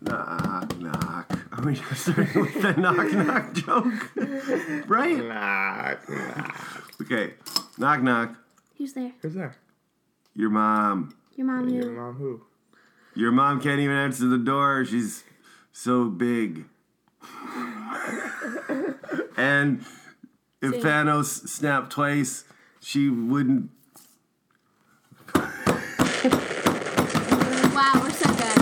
knock, knock. Are we just starting with the knock, knock joke? right? Nah. Okay. Knock, knock. Who's there? Who's that? Your mom. Your mom Your knew. mom who? Your mom can't even answer the door. She's so big. and if Thanos snapped twice, she wouldn't. Wow, we're so good.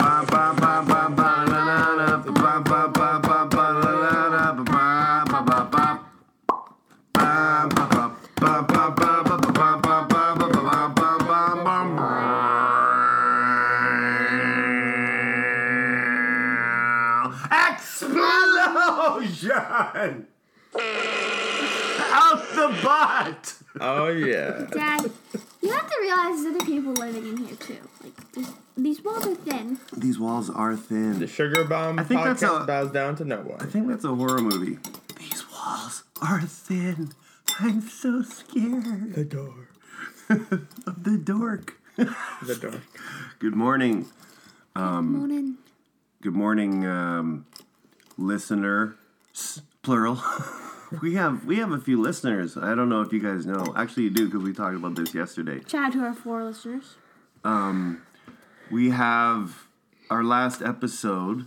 Ba, ba, ba, ba, ba, la, la, la, ba, ba, ba, ba, ba, la, la, la, ba, ba, ba, ba, ba. Ba, ba, ba, ba, ba, ba, ba, ba, ba, ba, ba, ba, ba, ba, ba, ba, ba. Explosion! Out the butt! Oh yeah. Dad, you have to realize there's other people living in here too. Like these, these walls are thin. These walls are thin. The Sugar Bomb I think that's podcast a- bows down to no I one. think that's a horror movie. These walls are thin. I'm so scared The door. of the dork. The door. Good morning. Morning. Good morning, um, listener, s- plural. we have we have a few listeners. I don't know if you guys know. Actually, you do because we talked about this yesterday. Shout out to our four listeners. We have our last episode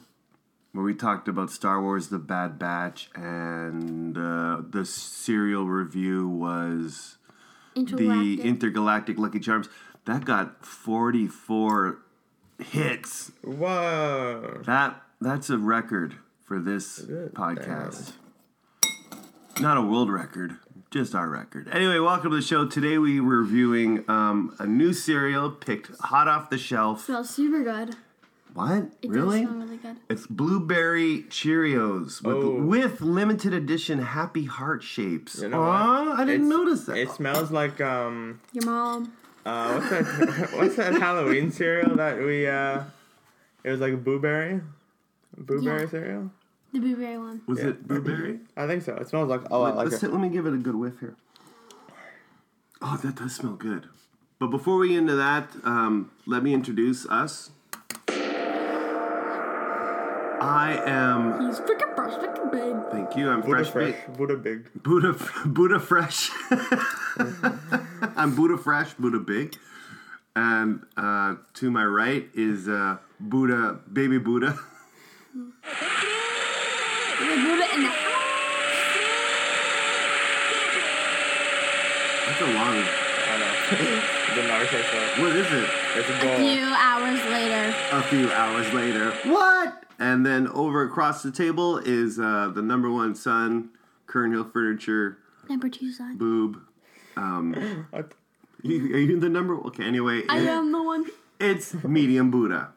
where we talked about Star Wars: The Bad Batch, and uh, the serial review was the Intergalactic. intergalactic lucky charms that got 44 hits Whoa. that that's a record for this is. podcast not a world record just our record anyway welcome to the show today we were reviewing um, a new cereal picked hot off the shelf smells super good. what It really does smell really good. it's blueberry Cheerios with, Oh. with limited edition happy heart shapes. You know what? Aw, I didn't It's- notice that. It smells like um Your mom. uh what's that what's that Halloween cereal that we uh it was like a blueberry? Blueberry Yeah. cereal? The blueberry one. Was yeah. it blueberry? I think so. It smells like a lot like Let's a, sit- let me give it a good whiff here. Oh, that does smell good. But before we get into that, um, let me introduce us. I am. He's freaking fresh, freaking big. Thank you. I'm Buddha fresh. fresh, Fit- Buddha big. Buddha, Buddha fresh. I'm Buddha fresh, Buddha big, and uh, to my right is uh, Buddha, baby Buddha. The Buddha in the house. That's a long. I know. the narcissist. What is it? It's a A goal. few hours later. a few hours later. What? And then over across the table is uh, the number one son, Kern Hill Furniture, Number two son. Boob. Um, What? You, are you the number? Okay, anyway, I it- am the one. it's Medium Buddha.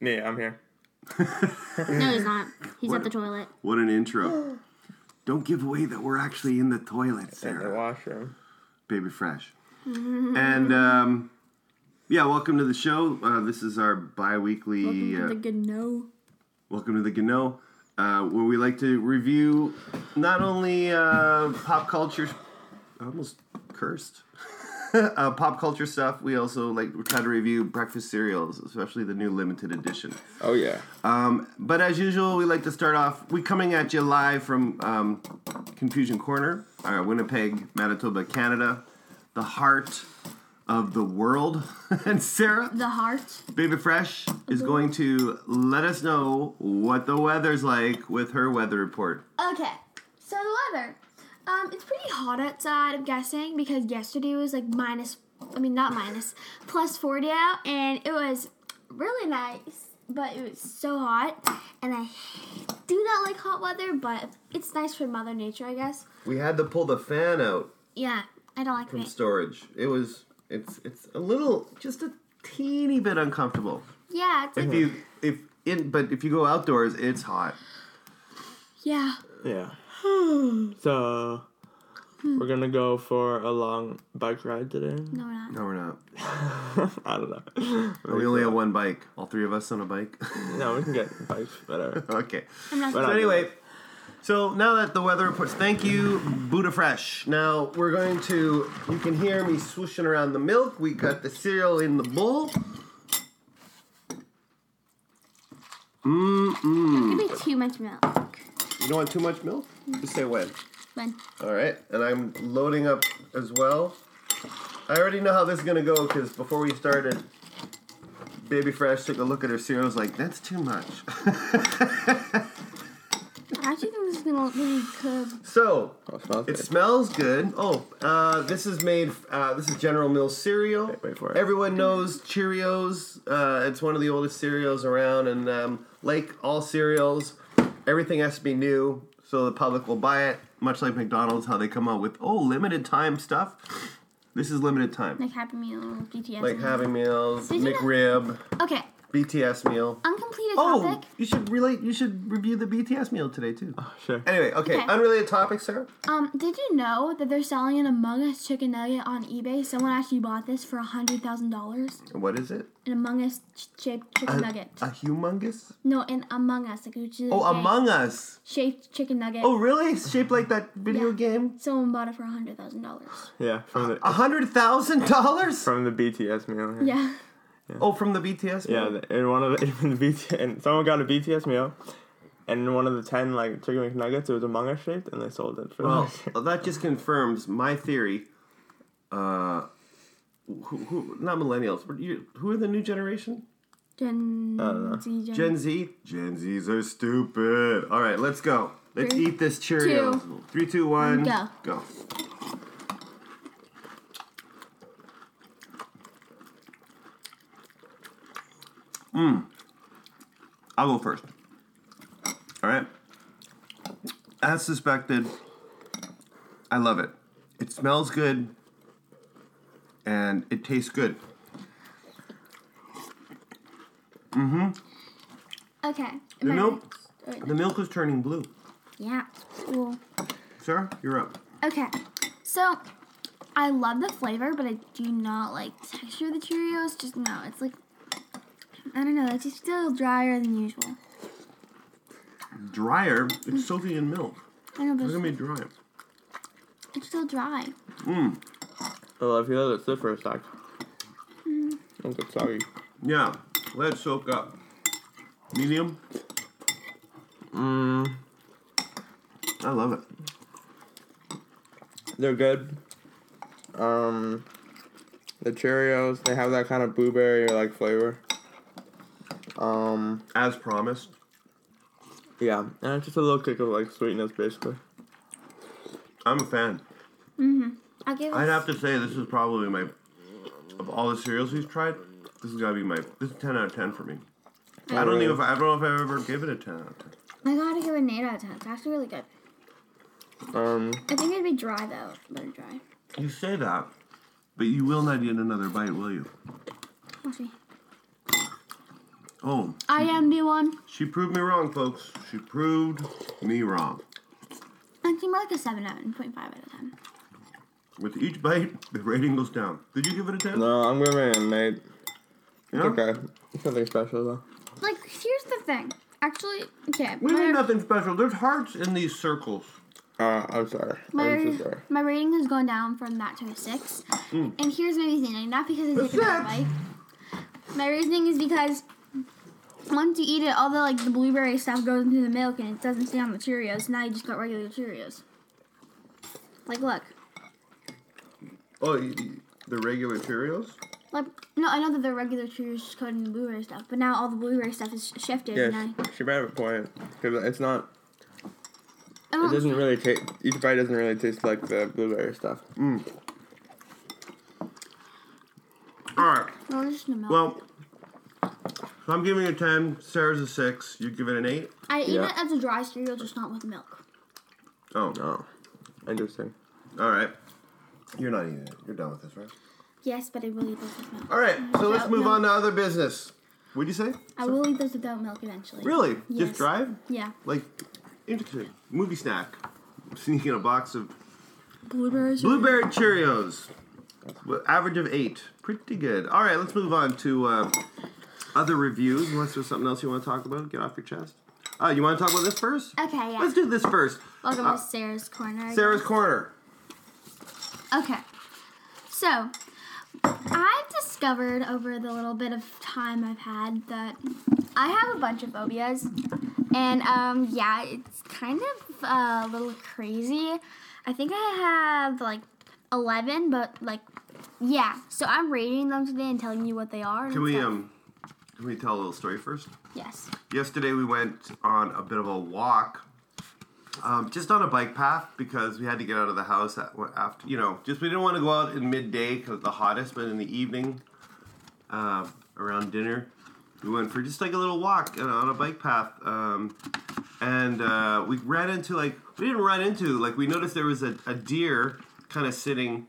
Me, I'm here. No, he's not. He's What? at the toilet. What an intro. Don't give away that we're actually in the toilet, In the Sarah. washroom. Baby Fresh. and um, yeah, welcome to the show. Uh, this is our uh, bi weekly. Welcome to the good no. Welcome to the Gano, uh, where we like to review not only uh, pop culture, I almost cursed, uh, pop culture stuff. We also like we try to review breakfast cereals, especially the new limited edition. Oh yeah. Um, but as usual, we like to start off. We coming at you live from um, Confusion Corner, uh, Winnipeg, Manitoba, Canada, the heart of the world. and Sarah, The heart. Baby Fresh is going to let us know what the weather's like with her weather report. Okay, so the weather. Um, it's pretty hot outside, I'm guessing, because yesterday was like minus, I mean, not minus, plus 40 out, and it was really nice, but it was so hot, and I do not like hot weather, but it's nice for Mother Nature, I guess. We had to pull the fan out Yeah, I don't like from it. storage. It was it's it's a little just a teeny bit uncomfortable. Yeah, it's like, If you if in but if you go outdoors, it's hot. yeah. Yeah. so we're gonna go for a long bike ride today. No, we're not. No, we're not. I don't know. We only have one bike. All three of us on a bike. no, we can get bikes, whatever. okay. I'm not. We're So not- anyway, So now that the weather reports, thank you, Buddha Fresh. Now we're going to. You can hear me swooshing around the milk. We got the cereal in the bowl. um, Give me too much milk. You don't want too much milk? Just say when. When? All right, and I'm loading up as well. I already know how this is gonna go because before we started, Baby Fresh took a look at her cereal. and was like, "That's too much." I think this is gonna look really good. so Oh, it smells It good. smells good. Oh, uh, this is made. Uh, this is General Mills cereal. wait for it. Everyone knows Cheerios. Uh, it's one of the oldest cereals around, and um, like all cereals, everything has to be new so the public will buy it. Much like McDonald's, how they come out with oh limited time stuff. This is limited time, Like Happy Meal, BTS. like Happy Meals, Did you know- McRib, okay, BTS meal. uncompleted Oh, topic. you should relate. You should review the BTS meal today too. Sure. Anyway, okay, Okay. unrelated topic, Sarah. Um, did you know that they're selling an Among Us chicken nugget on eBay? Someone actually bought this for hundred thousand dollars. What is it? An Among Us ch- shaped chicken A, nugget. a humongous. no, an Among Us, like which is a Uh, Oh, game Among Us. shaped chicken nugget. Oh, really? It's Shaped like that video Yeah. game? Someone bought it for hundred thousand dollars. Yeah, from A the hundred thousand dollars? from the BTS meal. Yeah. Yeah. Oh, from the BTS? Yeah, movie? the- in one of the, in the BTS, and someone got a BTS meal, and in one of the ten like chicken McNuggets, it was a manga shaped, and they sold it for. Oh, Well, that. that just confirms my theory. Uh, who, who not millennials? But you, who are the new generation? Gen don't know. Z. Gen. Uh, Gen Z. Gen Zs are stupid. All right, let's go. Let's Three, eat this Cheerios. Three, two, one, Go. Go. Mm. I'll go first. All right. As suspected, I love it. It smells good and it tastes good. Okay. You my know- next- The milk is turning blue. Yeah. Cool. Sarah, you're up. Okay, so I love the flavor, but I do not like the texture of the Cheerios. Just no, it's like I don't know. It's just still drier than usual. Drier, it's soaking in milk. I know, It's but gonna be it's, dry. it's still dry. well, if you let it sit for a sec, it's a soggy. Yeah, let it soak up. Medium. Mm, I love it. they're good. Um, the Cheerios, they have that kind of blueberry like flavor. Um, As promised. yeah, and it's just a little kick of like sweetness, basically. I'm a fan. I'll Mm-hmm. give. I'd it- have to say this is probably my of all the cereals we've tried, this has gotta be my this is ten out of ten for me. I don't even if I, I don't know if I've ever given it a ten out of ten. I gotta give it an eight out of ten. It's actually really good. Um, I think it'd be dry though. Better dry. You say that, but you will not get another bite, will you? Watch me. Oh, I am the one. she proved me wrong, folks. She proved me wrong. I think more like a seven out of point five out of ten. With each bite, the rating goes down. Did you give it a ten? no, I'm giving it an eight. Yeah? Okay, it's nothing special though. Like here's the thing. Actually, okay. We my- did nothing special. There's hearts in these circles. Uh, I'm sorry. I'm My, so sorry. my rating has gone down from that to a six. And here's my reasoning, not because I Hmm. A took a bad bite. six? My reasoning is because once you eat it, all the like the blueberry stuff goes into the milk and it doesn't stay on the Cheerios. Now you just got regular Cheerios. Like look, Oh, y- y- the regular Cheerios? like no, I know that the regular Cheerios just coated in the blueberry stuff, but now all the blueberry stuff is sh- shifted. Yeah, And she- she brought up a point because it's not. I, I It don't, doesn't really taste. Each bite doesn't really taste like the blueberry stuff. All right. well, it's just in the milk. Well, so I'm giving it a 10. Sarah's a 6. You give it an 8? I eat yeah. it as a dry cereal, just not with milk. Oh, Oh, interesting. all right. You're not eating it. You're done with this, right? Yes, but I will eat those with milk. All right. So let's No, move no. on to other business. What'd you say? I will eat those without milk eventually. Really? Yes. Just drive? Yeah. Like, interesting. Movie snack. Sneaking a box of Blueberries. blueberry Cheerios. Well, Average of 8. Pretty good. All um, right. Let's move on to uh, other reviews. Unless there's something else you want to talk about, get off your chest. Uh, you want to talk about this first? Okay, Uh, yeah. Let's do this first. Welcome uh, to Sarah's corner. I Sarah's guess. corner. Okay. So, I've discovered over the little bit of time I've had that I have a bunch of phobias. And, um, yeah, it's kind of uh, a little crazy. I think I have, like, 11, but, like, yeah. So I'm rating them today and telling you what they are. and Can we stuff. um, can we tell a little story first? Yes. Yesterday we went on a bit of a walk, um, just on a bike path because we had to get out of the house at, after. You know, just we didn't want to go out in midday because the hottest, but in the evening, uh, around dinner, we went for just like a little walk uh, on a bike path, um, and uh, we ran into like we didn't run into like we noticed there was a, a deer kind of sitting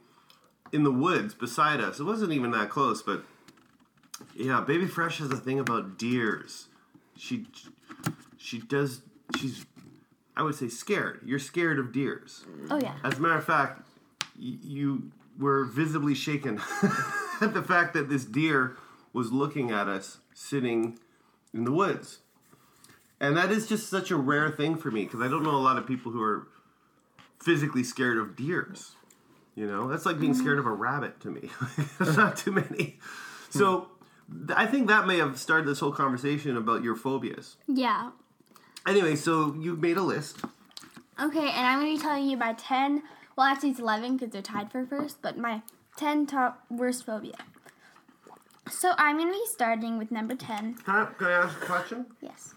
in the woods beside us. It wasn't even that close, but yeah, Baby Fresh has a thing about deers. She she does she's I would say scared. You're scared of deers. Oh, yeah. As a matter of fact, y- you were visibly shaken at the fact that this deer was looking at us sitting in the woods. And that is just such a rare thing for me because I don't know a lot of people who are physically scared of deers. You know, that's like being scared of a rabbit to me. There's not too many. So th- I think that may have started this whole conversation about your phobias. Yeah. Anyway, so you made a list. Okay, and I'm going to be telling you my 10. Well, actually, it's 11 because they're tied for first, but my 10 top worst phobia. So I'm going to be starting with number Can 10. I, can I ask a question? Yes.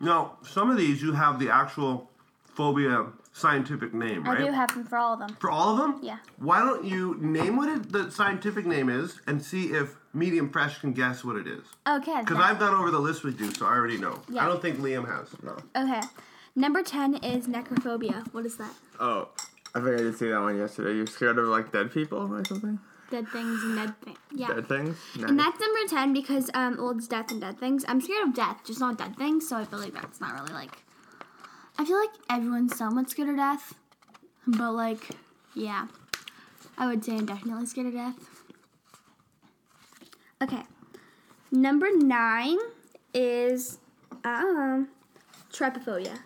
Now, some of these you have the actual phobia scientific name, right? I do have them for all of them. For all of them? Yeah. Why don't you name what it, the scientific name is and see if Medium Fresh can guess what it is? Okay. Because I've gone over the list with you, so I already know. Yeah. I don't think Liam has. No. Okay. Number 10 is necrophobia. What is that? Oh, I think I did see that one yesterday. You're scared of like dead people or something? Dead things and dead things. Yeah. Dead things? And that's number 10 because, um, well, it's death and dead things. I'm scared of death, just not dead things, so I feel like that's not really like. I feel like everyone's somewhat scared of death, but like, yeah. I would say I'm definitely scared of death. Okay. Number 9 is, um, trypophobia.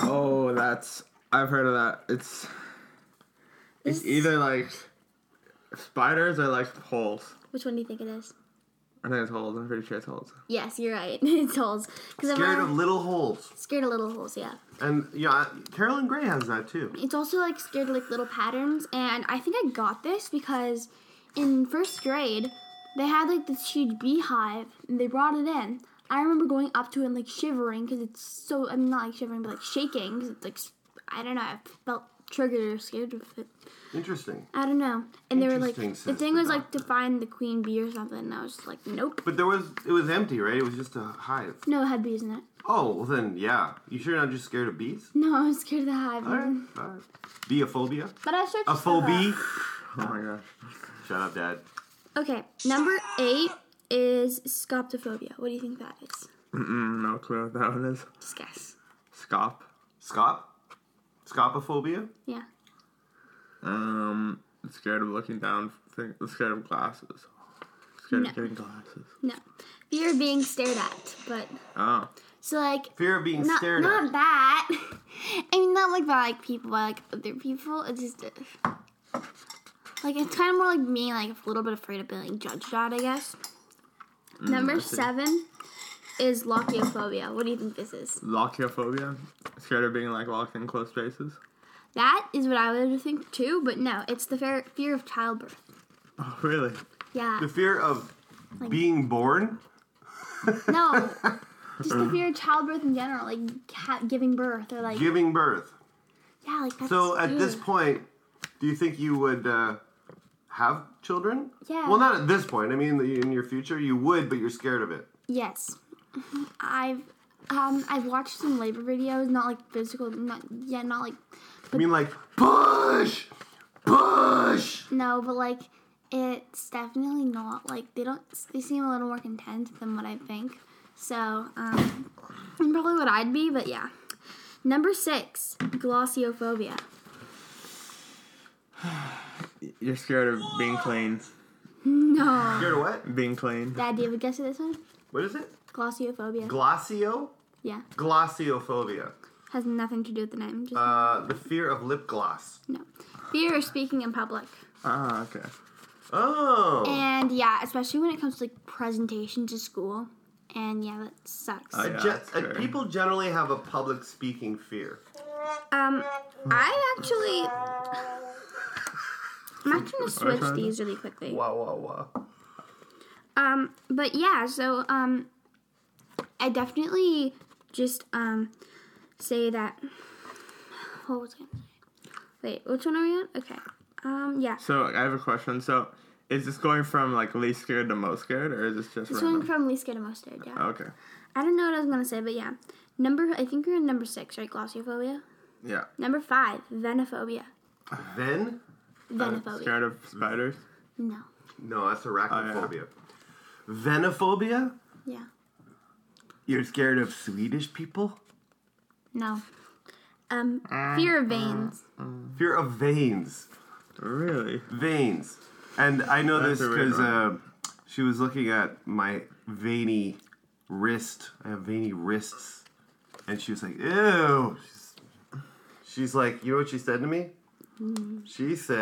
Oh, that's I've heard of that. It's it's This- either like spiders or like holes. Which one do you think it is? I think it's holes. I'm pretty sure it's holes. Yes, you're right. it's holes. Because Scared I'm of little holes. scared of little holes, yeah. And yeah, Carolyn Gray has that too. It's also like scared of, like little patterns, and I think I got this because in first grade they had like this huge beehive and they brought it in. I remember going up to it and like shivering because it's so I'm mean, not like shivering but like shaking 'cause it's like s- I don't know I felt triggered or scared of it. Interesting. I don't know. And they were like Interesting the sense of thing was like to find the queen bee or something, and I was just like nope. But there was it was empty, right? It was just a hive. No, it had bees in it. Oh, well then yeah. You sure you're not just scared of bees? No, I was scared of the hive. Alright. Alright. Beophobia? But I searched A for that. phobia? Oh my gosh. Shut up, Dad. Okay, number eight is scoptophobia. What do you think that is? Mm-mm, no clue what that one is. Just guess. Scop. Scop? Scopophobia? Yeah. Um, scared of looking down. Think, scared of glasses. Scared No. of getting glasses. No. Fear of being stared at, but Oh, so like Fear of being not stared not at. that. I mean not like by like people, by like other people. It's just uh, like it's kind of more like me, like a little bit afraid of being judged at, I guess. Mm, Number see. seven is lachiophobia. What do you think this is? lochiophobia. Scared of being like locked in closed spaces. That is what I would think too, but no, it's the fear fear of childbirth. Oh, really? Yeah. The fear of being born? No. Just the fear of childbirth in general, like ha- giving birth or like Giving birth. yeah, like that's So at this ew. point, do you think you would uh, have children? Yeah. Well, not at this point. I mean, in your future, you would, but you're scared of it. Yes, I've um I've watched some labor videos, not like physical, not yeah, not like I mean, like push, push. no, but like it's definitely not like they don't they seem a little more content than what I think. So um, and probably what I'd be, but yeah. Number six, glossiophobia. You're scared of being clean. No, Scared of what? Being clean. Dad, do you have a guess at this one? What is it? Glossiophobia. Glossio? Yeah. Glossiophobia. Has nothing to do with the name. Just Uh, the fear of lip gloss. no. Fear of speaking in public. Ah, okay. Oh. And yeah, especially when it comes to like presentations to school. And yeah, that sucks. Uh, Oh, Yeah, ge- that's uh, fair. people generally have a public speaking fear. Um, I actually. I'm actually gonna switch trying to- these really quickly. Wah wah wah. Um, but yeah, so um, I definitely just um say that. What was I gonna say? Wait, which one are we on? Okay. Um, yeah. So I have a question. So is this going from like least scared to most scared, or is this just This one random? from least scared to most scared. Yeah. okay. I don't know what I was gonna say, but yeah. Number, I think you're in number six, right? Glossophobia. Yeah. Number five, venophobia. Then? Venophobia. Uh, Scared of spiders. No. No, that's arachnophobia. Oh, Venophobia? Yeah. You're scared of Swedish people? No. Um, Uh, fear of veins. Fear of veins. Really? Veins. And I know That's this a weird because uh, she was looking at my veiny wrist. I have veiny wrists. And she was like, ew. She's, she's like, you know what she said to me? She said,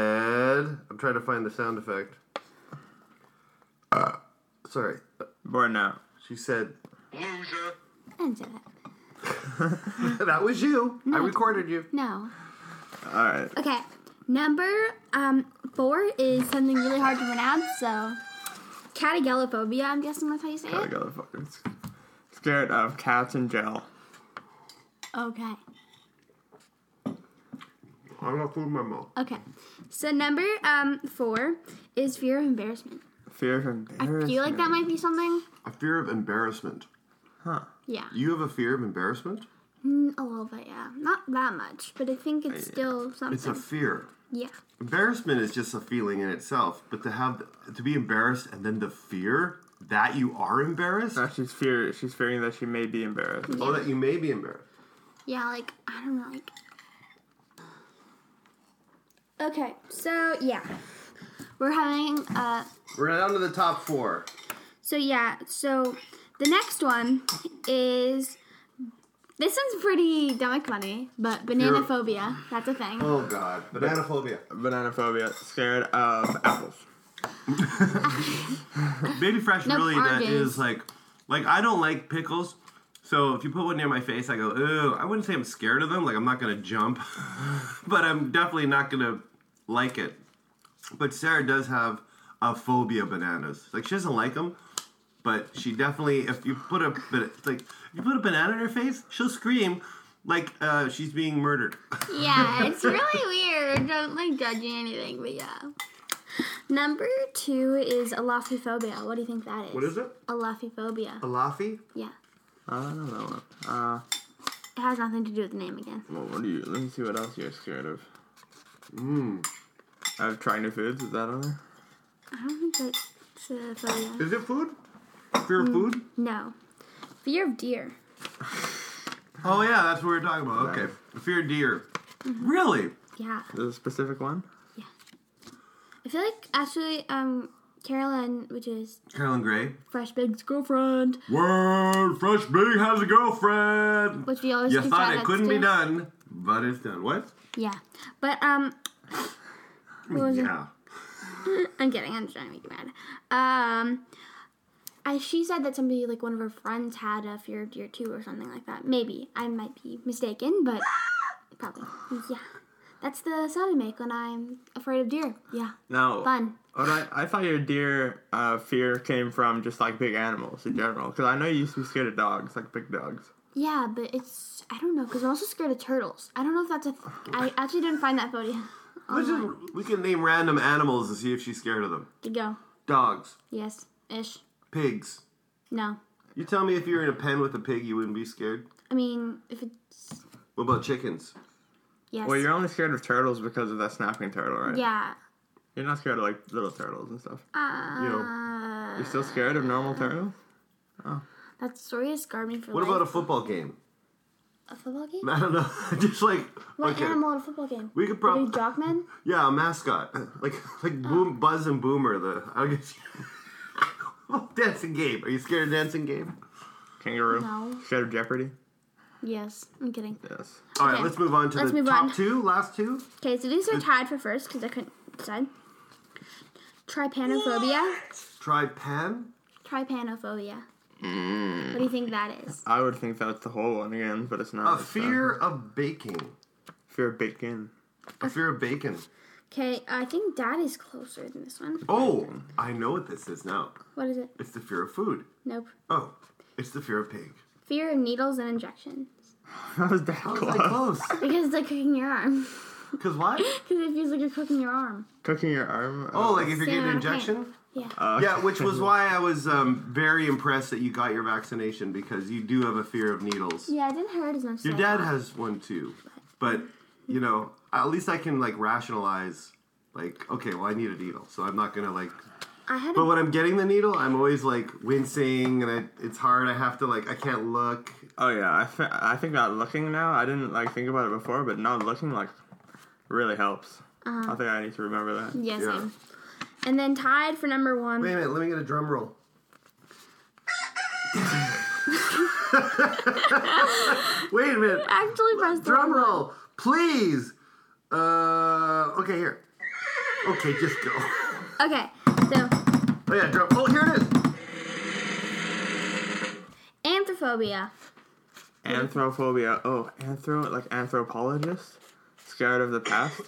I'm trying to find the sound effect. Uh, Sorry. Born out. She said, Loser. I didn't say that. that was you. I recorded you. No. All right. Okay. Number um four is something really hard to pronounce, so catagelophobia, I'm guessing that's how you say I it. got the fucking sc- scared of cats and gel. Okay. I'm not food my mouth. Okay. So number um four is fear of embarrassment. Fear of embarrassment. Do you like that might be something? A fear of embarrassment. Huh. Yeah. You have a fear of embarrassment? Mm, a little bit, yeah. Not that much, but I think it's still It's a something. fear. Yeah. Embarrassment is just a feeling in itself, but to have to be embarrassed and then the fear that you are embarrassed, No, she's fear. She's fearing that she may be embarrassed. or that you may be embarrassed. Yeah, like I don't know, like. Okay, so yeah, we're having uh, We're down to the top four. so yeah, so the next one is this one's pretty stomach funny, but banana phobia. That's a thing. Oh God, bananaphobia. Banana phobia. Scared of apples. Baby fresh No, really that oranges. is like, like I don't like pickles. So if you put one near my face, I go, ooh. I wouldn't say I'm scared of them. Like I'm not gonna jump, but I'm definitely not gonna like it. But Sarah does have a phobia of bananas. Like she doesn't like them, but she definitely if you put a ba- like if you put a banana in her face, she'll scream like uh, she's being murdered. Yeah, it's really weird. Don't like judging anything, but yeah. Number two is alophophobia. What do you think that is? What is it? Alophophobia. Alafi? Yeah, I don't know that one. Uh, it has nothing to do with the name again. well, what do you? Let me see what else you're scared of. Mmm. I've tried new foods. Is that on there? I don't think that's a phobia. Is it food? Fear of food? No. Fear of deer. Oh yeah, that's what we we're talking about. Okay, fear of deer. Mm-hmm. Really? Yeah. There's a specific one. I feel like actually, um, Carolyn, which is Carolyn Gray. Fresh Big's girlfriend, Word, Fresh Big has a girlfriend. which we always You get thought shouted it at couldn't be still. done, but it's done. What? Yeah. But um what was it? Yeah. I'm kidding, I'm just trying to make you mad. Um I, she said that somebody, like one of her friends, had a fear of deer too, or something like that. Maybe I might be mistaken, but probably, yeah. That's the sound I make when I'm afraid of deer. Yeah, No. fun. But Oh, I, I thought your deer uh, fear came from just like big animals in general. Because I know you used to be scared of dogs, like big dogs. Yeah, but it's I don't know because I'm also scared of turtles. I don't know if that's a. Th- I actually didn't find that phobia. Let's just- we can name random animals and see if she's scared of them. To go. Dogs, Yes. Ish. pigs. No. You tell me if you're in a pen with a pig, you wouldn't be scared. I mean, if it's What about chickens? yes. Well, you're only scared of turtles because of that snapping turtle, right? yeah. You're not scared of like little turtles and stuff. Uh, You're still scared of normal turtles? that story has scarred me for What life. about a football game? a, football game? I don't know. just like What okay, animal at a football game? we could Are you probably Dogman? yeah, a mascot like like Oh. Boom Buzz and Boomer. The I guess dancing game. Are you scared of dancing game? Kangaroo? No. Scared of Jeopardy? Yes, I'm kidding. Yes. All right, Okay. let's move on to Let's the move top on. two, last two. Okay, so these are tied for first because I couldn't decide. Trypanophobia. Try pan. Trypanophobia. Hmm. What do you think that is? I would think that's the whole one again, but it's A not. It's not. fear of baking. Fear of bacon. A fear of bacon. Okay, I think that is closer than this one. Oh, I know what this is now. What is it? It's the fear of food. Nope. Oh, it's the fear of pig. Fear of needles and injections. That was that How close. was that oh. close? Because it's like cooking your arm. Because what? Because it feels like you're cooking your arm. Cooking your arm. Oh, like if you're Same getting an amount of injection? Yeah. Uh, Yeah, which was why I was um, very impressed that you got your vaccination because you do have a fear of needles. Yeah, it didn't hurt as much. as Your I dad thought. has one too, but you know, at least I can like rationalize, like, okay, well, I need a needle, so I'm not gonna like. I had. A, But when I'm getting the needle, I'm always like wincing, and I, it's hard. I have to like, I can't look. Oh yeah, I, thi- I think not looking now. I didn't like think about it before, but now looking like really helps. Uh-huh. I think I need to remember that. yeah, Yeah. same. And then tied for number one. Wait a minute, let me get a drum roll. Wait a minute, Actually, press the drum wrong button. roll, please. Uh, okay, here. Okay, just go. Okay, so Oh yeah, drum. Oh, here it is. anthrophobia. Anthrophobia. Oh, anthro like anthropologist, scared of the past.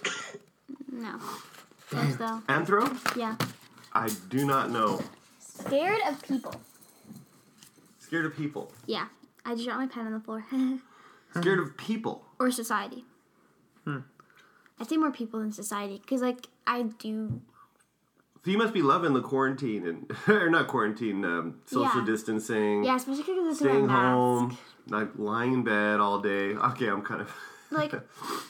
No. Close though. Anthro. Yeah. I do not know. Scared of people. Scared of people. Yeah. I just dropped my pen on the floor. Scared of people. or society. Hmm. I say more people than society because, like, I do. So you must be loving the quarantine and or not quarantine, um, social Yeah. distancing, Yeah, especially because it's in staying a mask. home, not lying in bed all day. Okay, I'm kind of Like,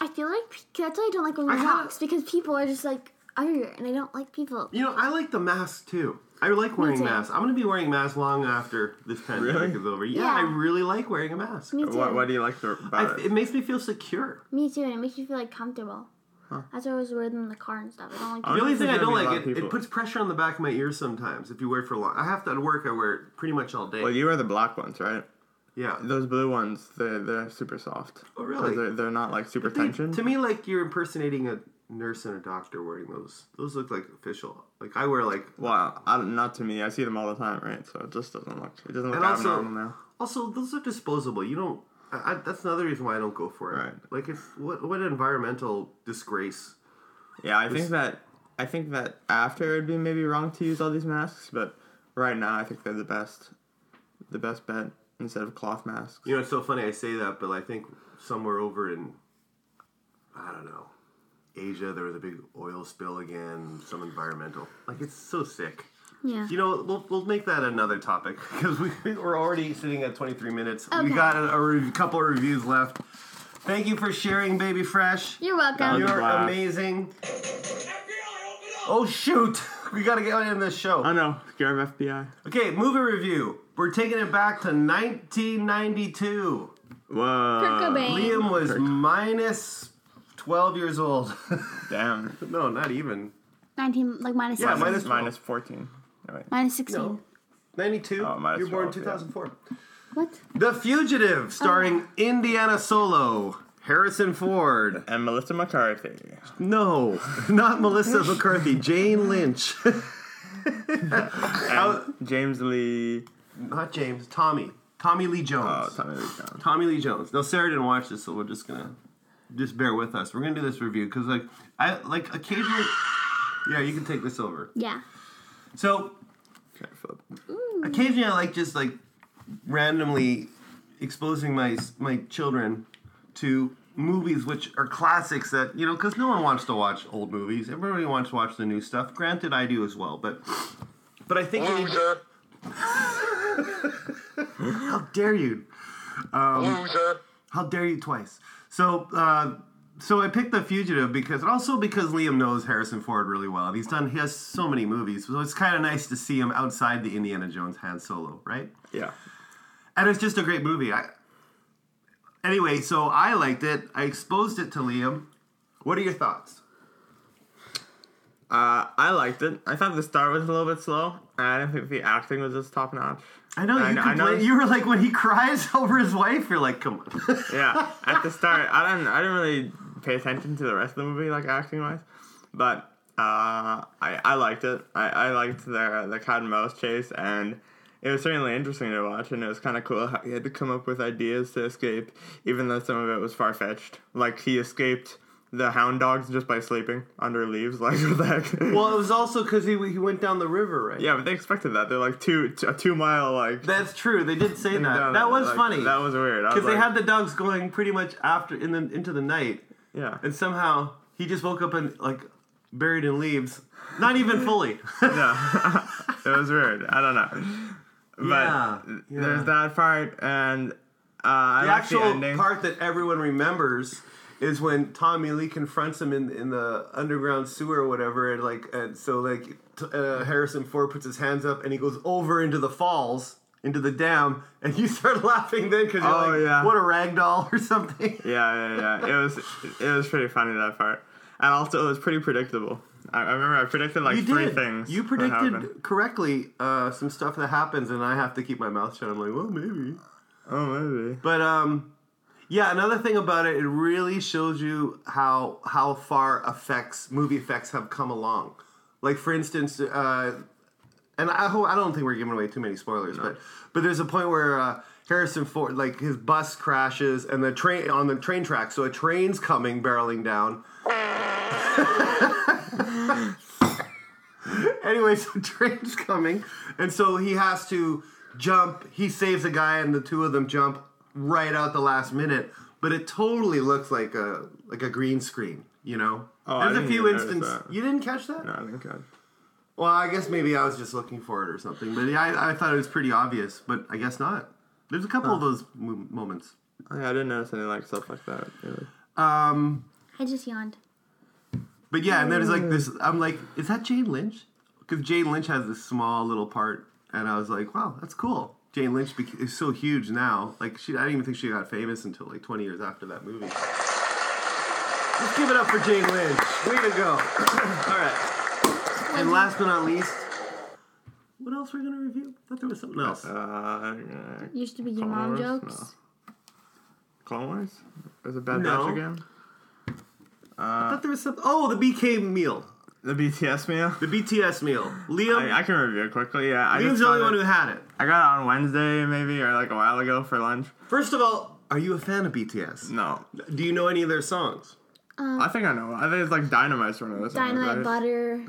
I feel like pe- that's why I don't like when we kinda- walks because people are just like other, and I don't like people. You know, I like the mask too. I like wearing too. masks. I'm gonna be wearing masks long after this pandemic Really? is over. Yeah, Yeah. I really like wearing a mask. Me too. What What do you like to, I, about it it? makes me feel secure. Me too, and it makes you feel like comfortable. That's why I was wearing them in the car and stuff. I don't like. Oh, The yeah. only think thing I there's don't gonna be a lot like of it, it people. puts pressure on the back of my ear sometimes if you wear it for long. I have to at work. I wear it pretty much all day. Well, you wear the black ones, right? yeah. Those blue ones, they're they're super soft. Oh, really? They're, they're not like super They- tension. to me, like you're impersonating a nurse and a doctor wearing those. Those look like official. Like I wear like Well, I, don't- not to me. I see them all the time, right? So it just doesn't look. It doesn't look And also- abnormal now. Also, those are disposable. You don't. I, I, that's another reason why I don't go for it. Right. Like, if what what environmental disgrace? Yeah, I think that I think that after it'd be maybe wrong to use all these masks, but right now I think they're the best, the best bet instead of cloth masks. You know, it's so funny I say that, but I think somewhere over in, I don't know, Asia, there was a big oil spill again. Some environmental. Like, it's so sick. Yeah. You know, we'll, we'll make that another topic because we, we're already sitting at 23 minutes. We Okay. got a, a re- couple of reviews left. Thank you for sharing, Baby Fresh. You're welcome. was a You're blast. amazing. FBI, open up! Oh, shoot. We got to get on this show. I know, scare of FBI. Okay, movie review. We're taking it back to 1992. Whoa, Kurt Cobain. uh, Liam was minus 12 years old. damn, no, not even. Nineteen, like minus. Yeah, six. minus- minus minus fourteen. Oh, wait. minus sixteen. 92. Oh, minus You're born 12, yeah. 2004. What? The Fugitive, starring Indiana Solo, Harrison Ford. And Melissa McCarthy. No, not Melissa McCarthy, Jane Lynch. And James Lee. not James, Tommy. Tommy Lee Oh, Jones. Tommy Lee Jones. Tommy Lee Jones. Now Sarah didn't watch this, so we're just gonna just bear with us. We're gonna do this review because like I like occasionally. Yeah, you can take this over. Yeah. So Can't flip. occasionally I like just like randomly exposing my my children to movies which are classics that you know because no one wants to watch old movies. Everybody wants to watch the new stuff. Granted, I do as well, but but I think we need to. How dare you? Um, Loser. How dare you twice? So, uh, so I picked The Fugitive because, and also because Liam knows Harrison Ford really well, and he's done he has so many movies, so it's kind of nice to see him outside the Indiana Jones Han Solo, right? Yeah. And it's just a great movie. I, anyway, so I liked it. I exposed it to Liam. What are your thoughts? Uh, I liked it. I thought the start was a little bit slow. and I didn't think the acting was as top notch. I know I you. know- I complain- noticed- you were like when he cries over his wife. You're like, come on. Yeah, at the start, I don't, I didn't really pay attention to the rest of the movie, like acting wise, but uh, I, I liked it. I, I liked the the cat and mouse chase, and it was certainly interesting to watch, and it was kind of cool how he had to come up with ideas to escape, even though some of it was far fetched. Like he escaped the hound dogs just by sleeping under leaves. Like what the heck? Well, it was also because he he went down the river, right? yeah, but they expected that. They're like two t- a two mile like. that's true. They did say that. down That it. was Like, funny. That was weird. I because was they like, had the dogs going pretty much after in the into the night, yeah. and somehow he just woke up and like buried in leaves, not even fully. No, it was weird. I don't know. But Yeah, yeah. there's that part, and uh, I the like actual the ending. part that everyone remembers is when Tommy Lee confronts him in in the underground sewer or whatever, and like and so like t- uh, Harrison Ford puts his hands up and he goes over into the falls. Into the dam, and you start laughing then because you're Oh, like, yeah. "What a ragdoll" or something. yeah, yeah, yeah. It was it was pretty funny that part, and also it was pretty predictable. I, I remember I predicted like you three did. things. You would happen. predicted correctly uh, some stuff that happens, and I have to keep my mouth shut. I'm like, "Well, maybe." Oh, maybe. But um, yeah. Another thing about it, it really shows you how how far effects movie effects have come along. Like for instance, uh, and I hope I don't think we're giving away too many spoilers, but but there's a point where uh, Harrison Ford like his bus crashes and the train on the train track, so a train's coming barreling down. anyway, so train's coming, and so he has to jump. He saves a guy, and the two of them jump right out the last minute. But it totally looks like a like a green screen, you know. Oh, I There's a didn't few even notice instances. that. You didn't catch that? No, I think I- Well, I guess maybe I was just looking for it or something, but yeah, I, I thought it was pretty obvious, but I guess not. There's a couple of those mo- moments. oh, yeah, I didn't notice any like stuff like that. Really. Um, I just yawned. but yeah, and there's like this. I'm like, is that Jane Lynch? Because Jane Lynch has this small little part, and I was like, wow, that's cool. Jane Lynch bec- is so huge now. Like, she, I didn't even think she got famous until like 20 years after that movie. Let's give it up for Jane Lynch. Way to go! All right. And last but not least, what else we're gonna review? I thought there was something else. Uh, uh, Used to be your Clone mom Wars? jokes. No. Clone Wars? Was it Bad No. Batch again? I thought there was something. Oh, the BK meal, The BTS meal. the BTS meal. Liam, I, I can review it quickly. Yeah, I Liam's just the saw only that- one who had it. I got it on Wednesday, maybe, or like a while ago for lunch. First of all, are you a fan of BTS? No. Do you know any of their songs? I think I know. I think it's like Dynamite's one of those. songs, Dynamite right? butter.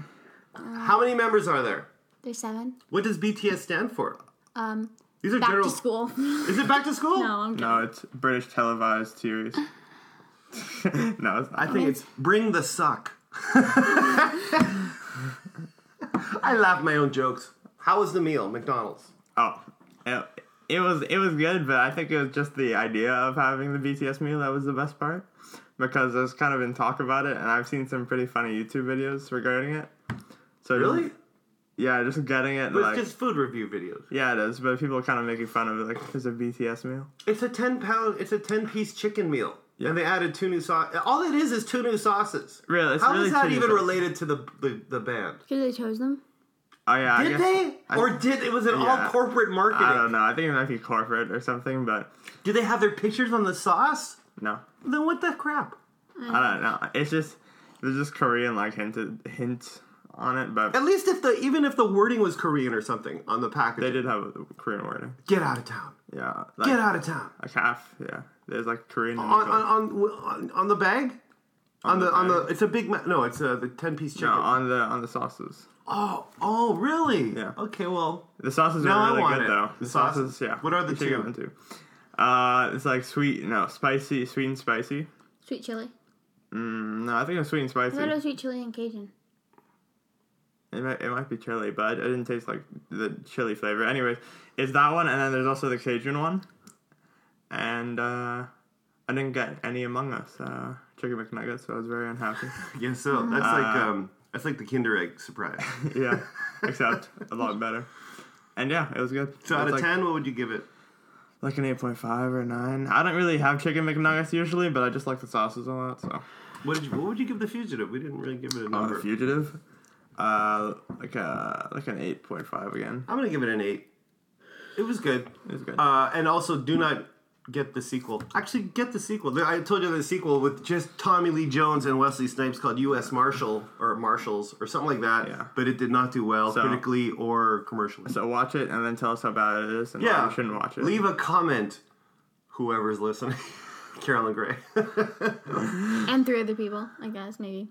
How many members are there? There's seven. What does BTS stand for? Um, These are back general. to school. Is it back to school? no, I'm kidding. No, it's British televised series. no, it's not. I think it's Bring the Suck. I laugh at my own jokes. How was the meal, McDonald's? Oh, it, it was it was good, but I think it was just the idea of having the BTS meal that was the best part because there's kind of been talk about it, and I've seen some pretty funny YouTube videos regarding it. So Really? yeah, just getting it It's like just food review videos. yeah, it is. But people are kind of making fun of it, like it's a BTS meal. It's a ten pound. It's a ten piece chicken meal, and they added two new sauce. All it is is two new sauces. Really, it's How is really that two new even sauces. related to the the, the band? Because they chose them. Oh yeah, I Did guess, they? or did it was an Yeah. all corporate marketing? I don't know. I think it might be corporate or something, but Do they have their pictures on the sauce? no. Then what the crap? I don't know. It's just there's just Korean like hinted hints on it, but At least if the even if the wording was Korean or something on the package. they did have a Korean wording. Get out of town. Yeah, like Get out of town. a calf. Yeah, there's like Korean. in On the- on on, on, on the bag. On, the, the on the bag. it's a big ma- no it's uh, the ten piece chicken. no, on the on the sauces. oh oh really? Yeah. Okay well The sauces Now I are really want good it. though. The The sauces. sauces, yeah. What are the You should get two? them too. Uh, it's like sweet, no, spicy, sweet and spicy. Mm, Sweet chili. No, I think it's sweet and I spicy. thought it was sweet chili and Cajun. It might, it might be chili, but I didn't taste like the chili flavor. Anyways, it's that one, and then there's also the Cajun one. And uh, I didn't get any Among Us uh, chicken McNuggets, so I was very unhappy. yeah so that's like Uh, um that's like the Kinder Egg surprise. yeah, except a lot better. And yeah, it was good. So out It's of like, ten, what would you give it? like an eight point five or nine. I don't really have chicken McNuggets usually, but I just like the sauces a lot. So What did you, what would you give the fugitive? We didn't really give it a on number. the fugitive, uh, like a like an eight point five again. I'm gonna give it an eight. It was good. It was good. Uh, and also, do not get the sequel. Actually, get the sequel. There- I told you the sequel with just Tommy Lee Jones and Wesley Snipes called U.S. Marshal or Marshals or something like that. Yeah. But it did not do well So- critically or commercially. so watch it and then tell us how bad it is and why you shouldn't watch it. Leave a comment, whoever's listening. Carolyn Gray. And three other people, I guess, maybe.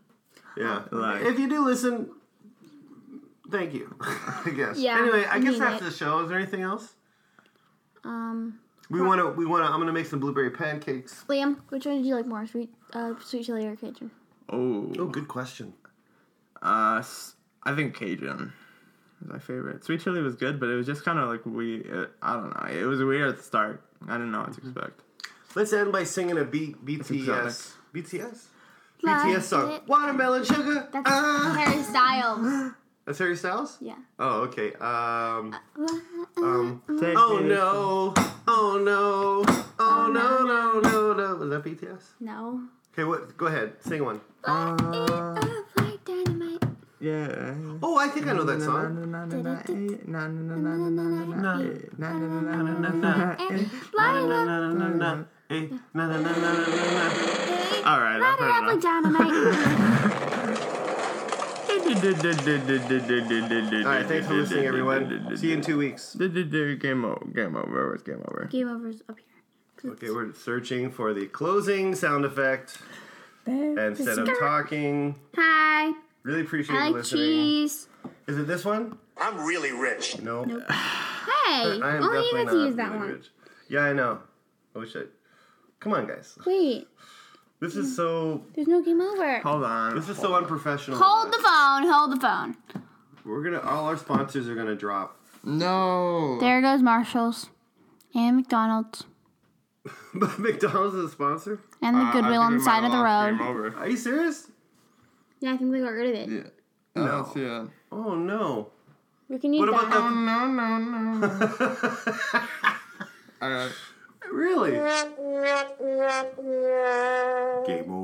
yeah. Like- if you do listen, thank you. I guess. Yeah, Anyway, I I guess mean after it. the show, is there anything else? Um, We want to. We want to. I'm gonna make some blueberry pancakes. Liam, which one did you like more, sweet, uh, sweet chili or Cajun? Oh, oh, good question. uh, s- I think Cajun is my favorite. Sweet chili was good, but it was just kind of like we. It, I don't know. It was weird at the start. I didn't know what to Mm-hmm. expect. Let's end by singing a B- BTS. BTS? BTS song. it. Watermelon Sugar. That's ah. Harry Styles. That's Harry Styles? Yeah. Oh, okay. Um, Uh, Uh, um, Take oh me- no. Oh no. Oh no, no, no, no. Was that BTS? No. Okay, what? Go ahead. Sing one. Uh, Up like dynamite. yeah. Oh, I think I know that song. eh, eh. Light up. Eh, All right, I've Light her heard up like enough. dynamite. All right, thanks for listening, everyone. See you in two weeks. Game over. Game over. It's game over. Game over's up here. Okay, we're searching for the closing sound effect instead of talking. Hi. Really appreciate I you like listening. cheese. Is it this one? I'm really rich. No. Hey, I am only you definitely get not to use that really one. rich. Yeah, I know. Oh shit. Come on, guys. Wait, This is so. there's no game over. Hold on. This is so unprofessional. Hold the phone. Hold the phone. We're gonna. All our sponsors are gonna drop. No. There goes Marshalls and McDonald's But McDonald's is a sponsor. and the Goodwill on the side of the road. Game over. Are you serious? Yeah, I think we got rid of it. Yeah. No. Yeah. Oh no. We can use What that. about the? No. No. No. All right. Really? Game over.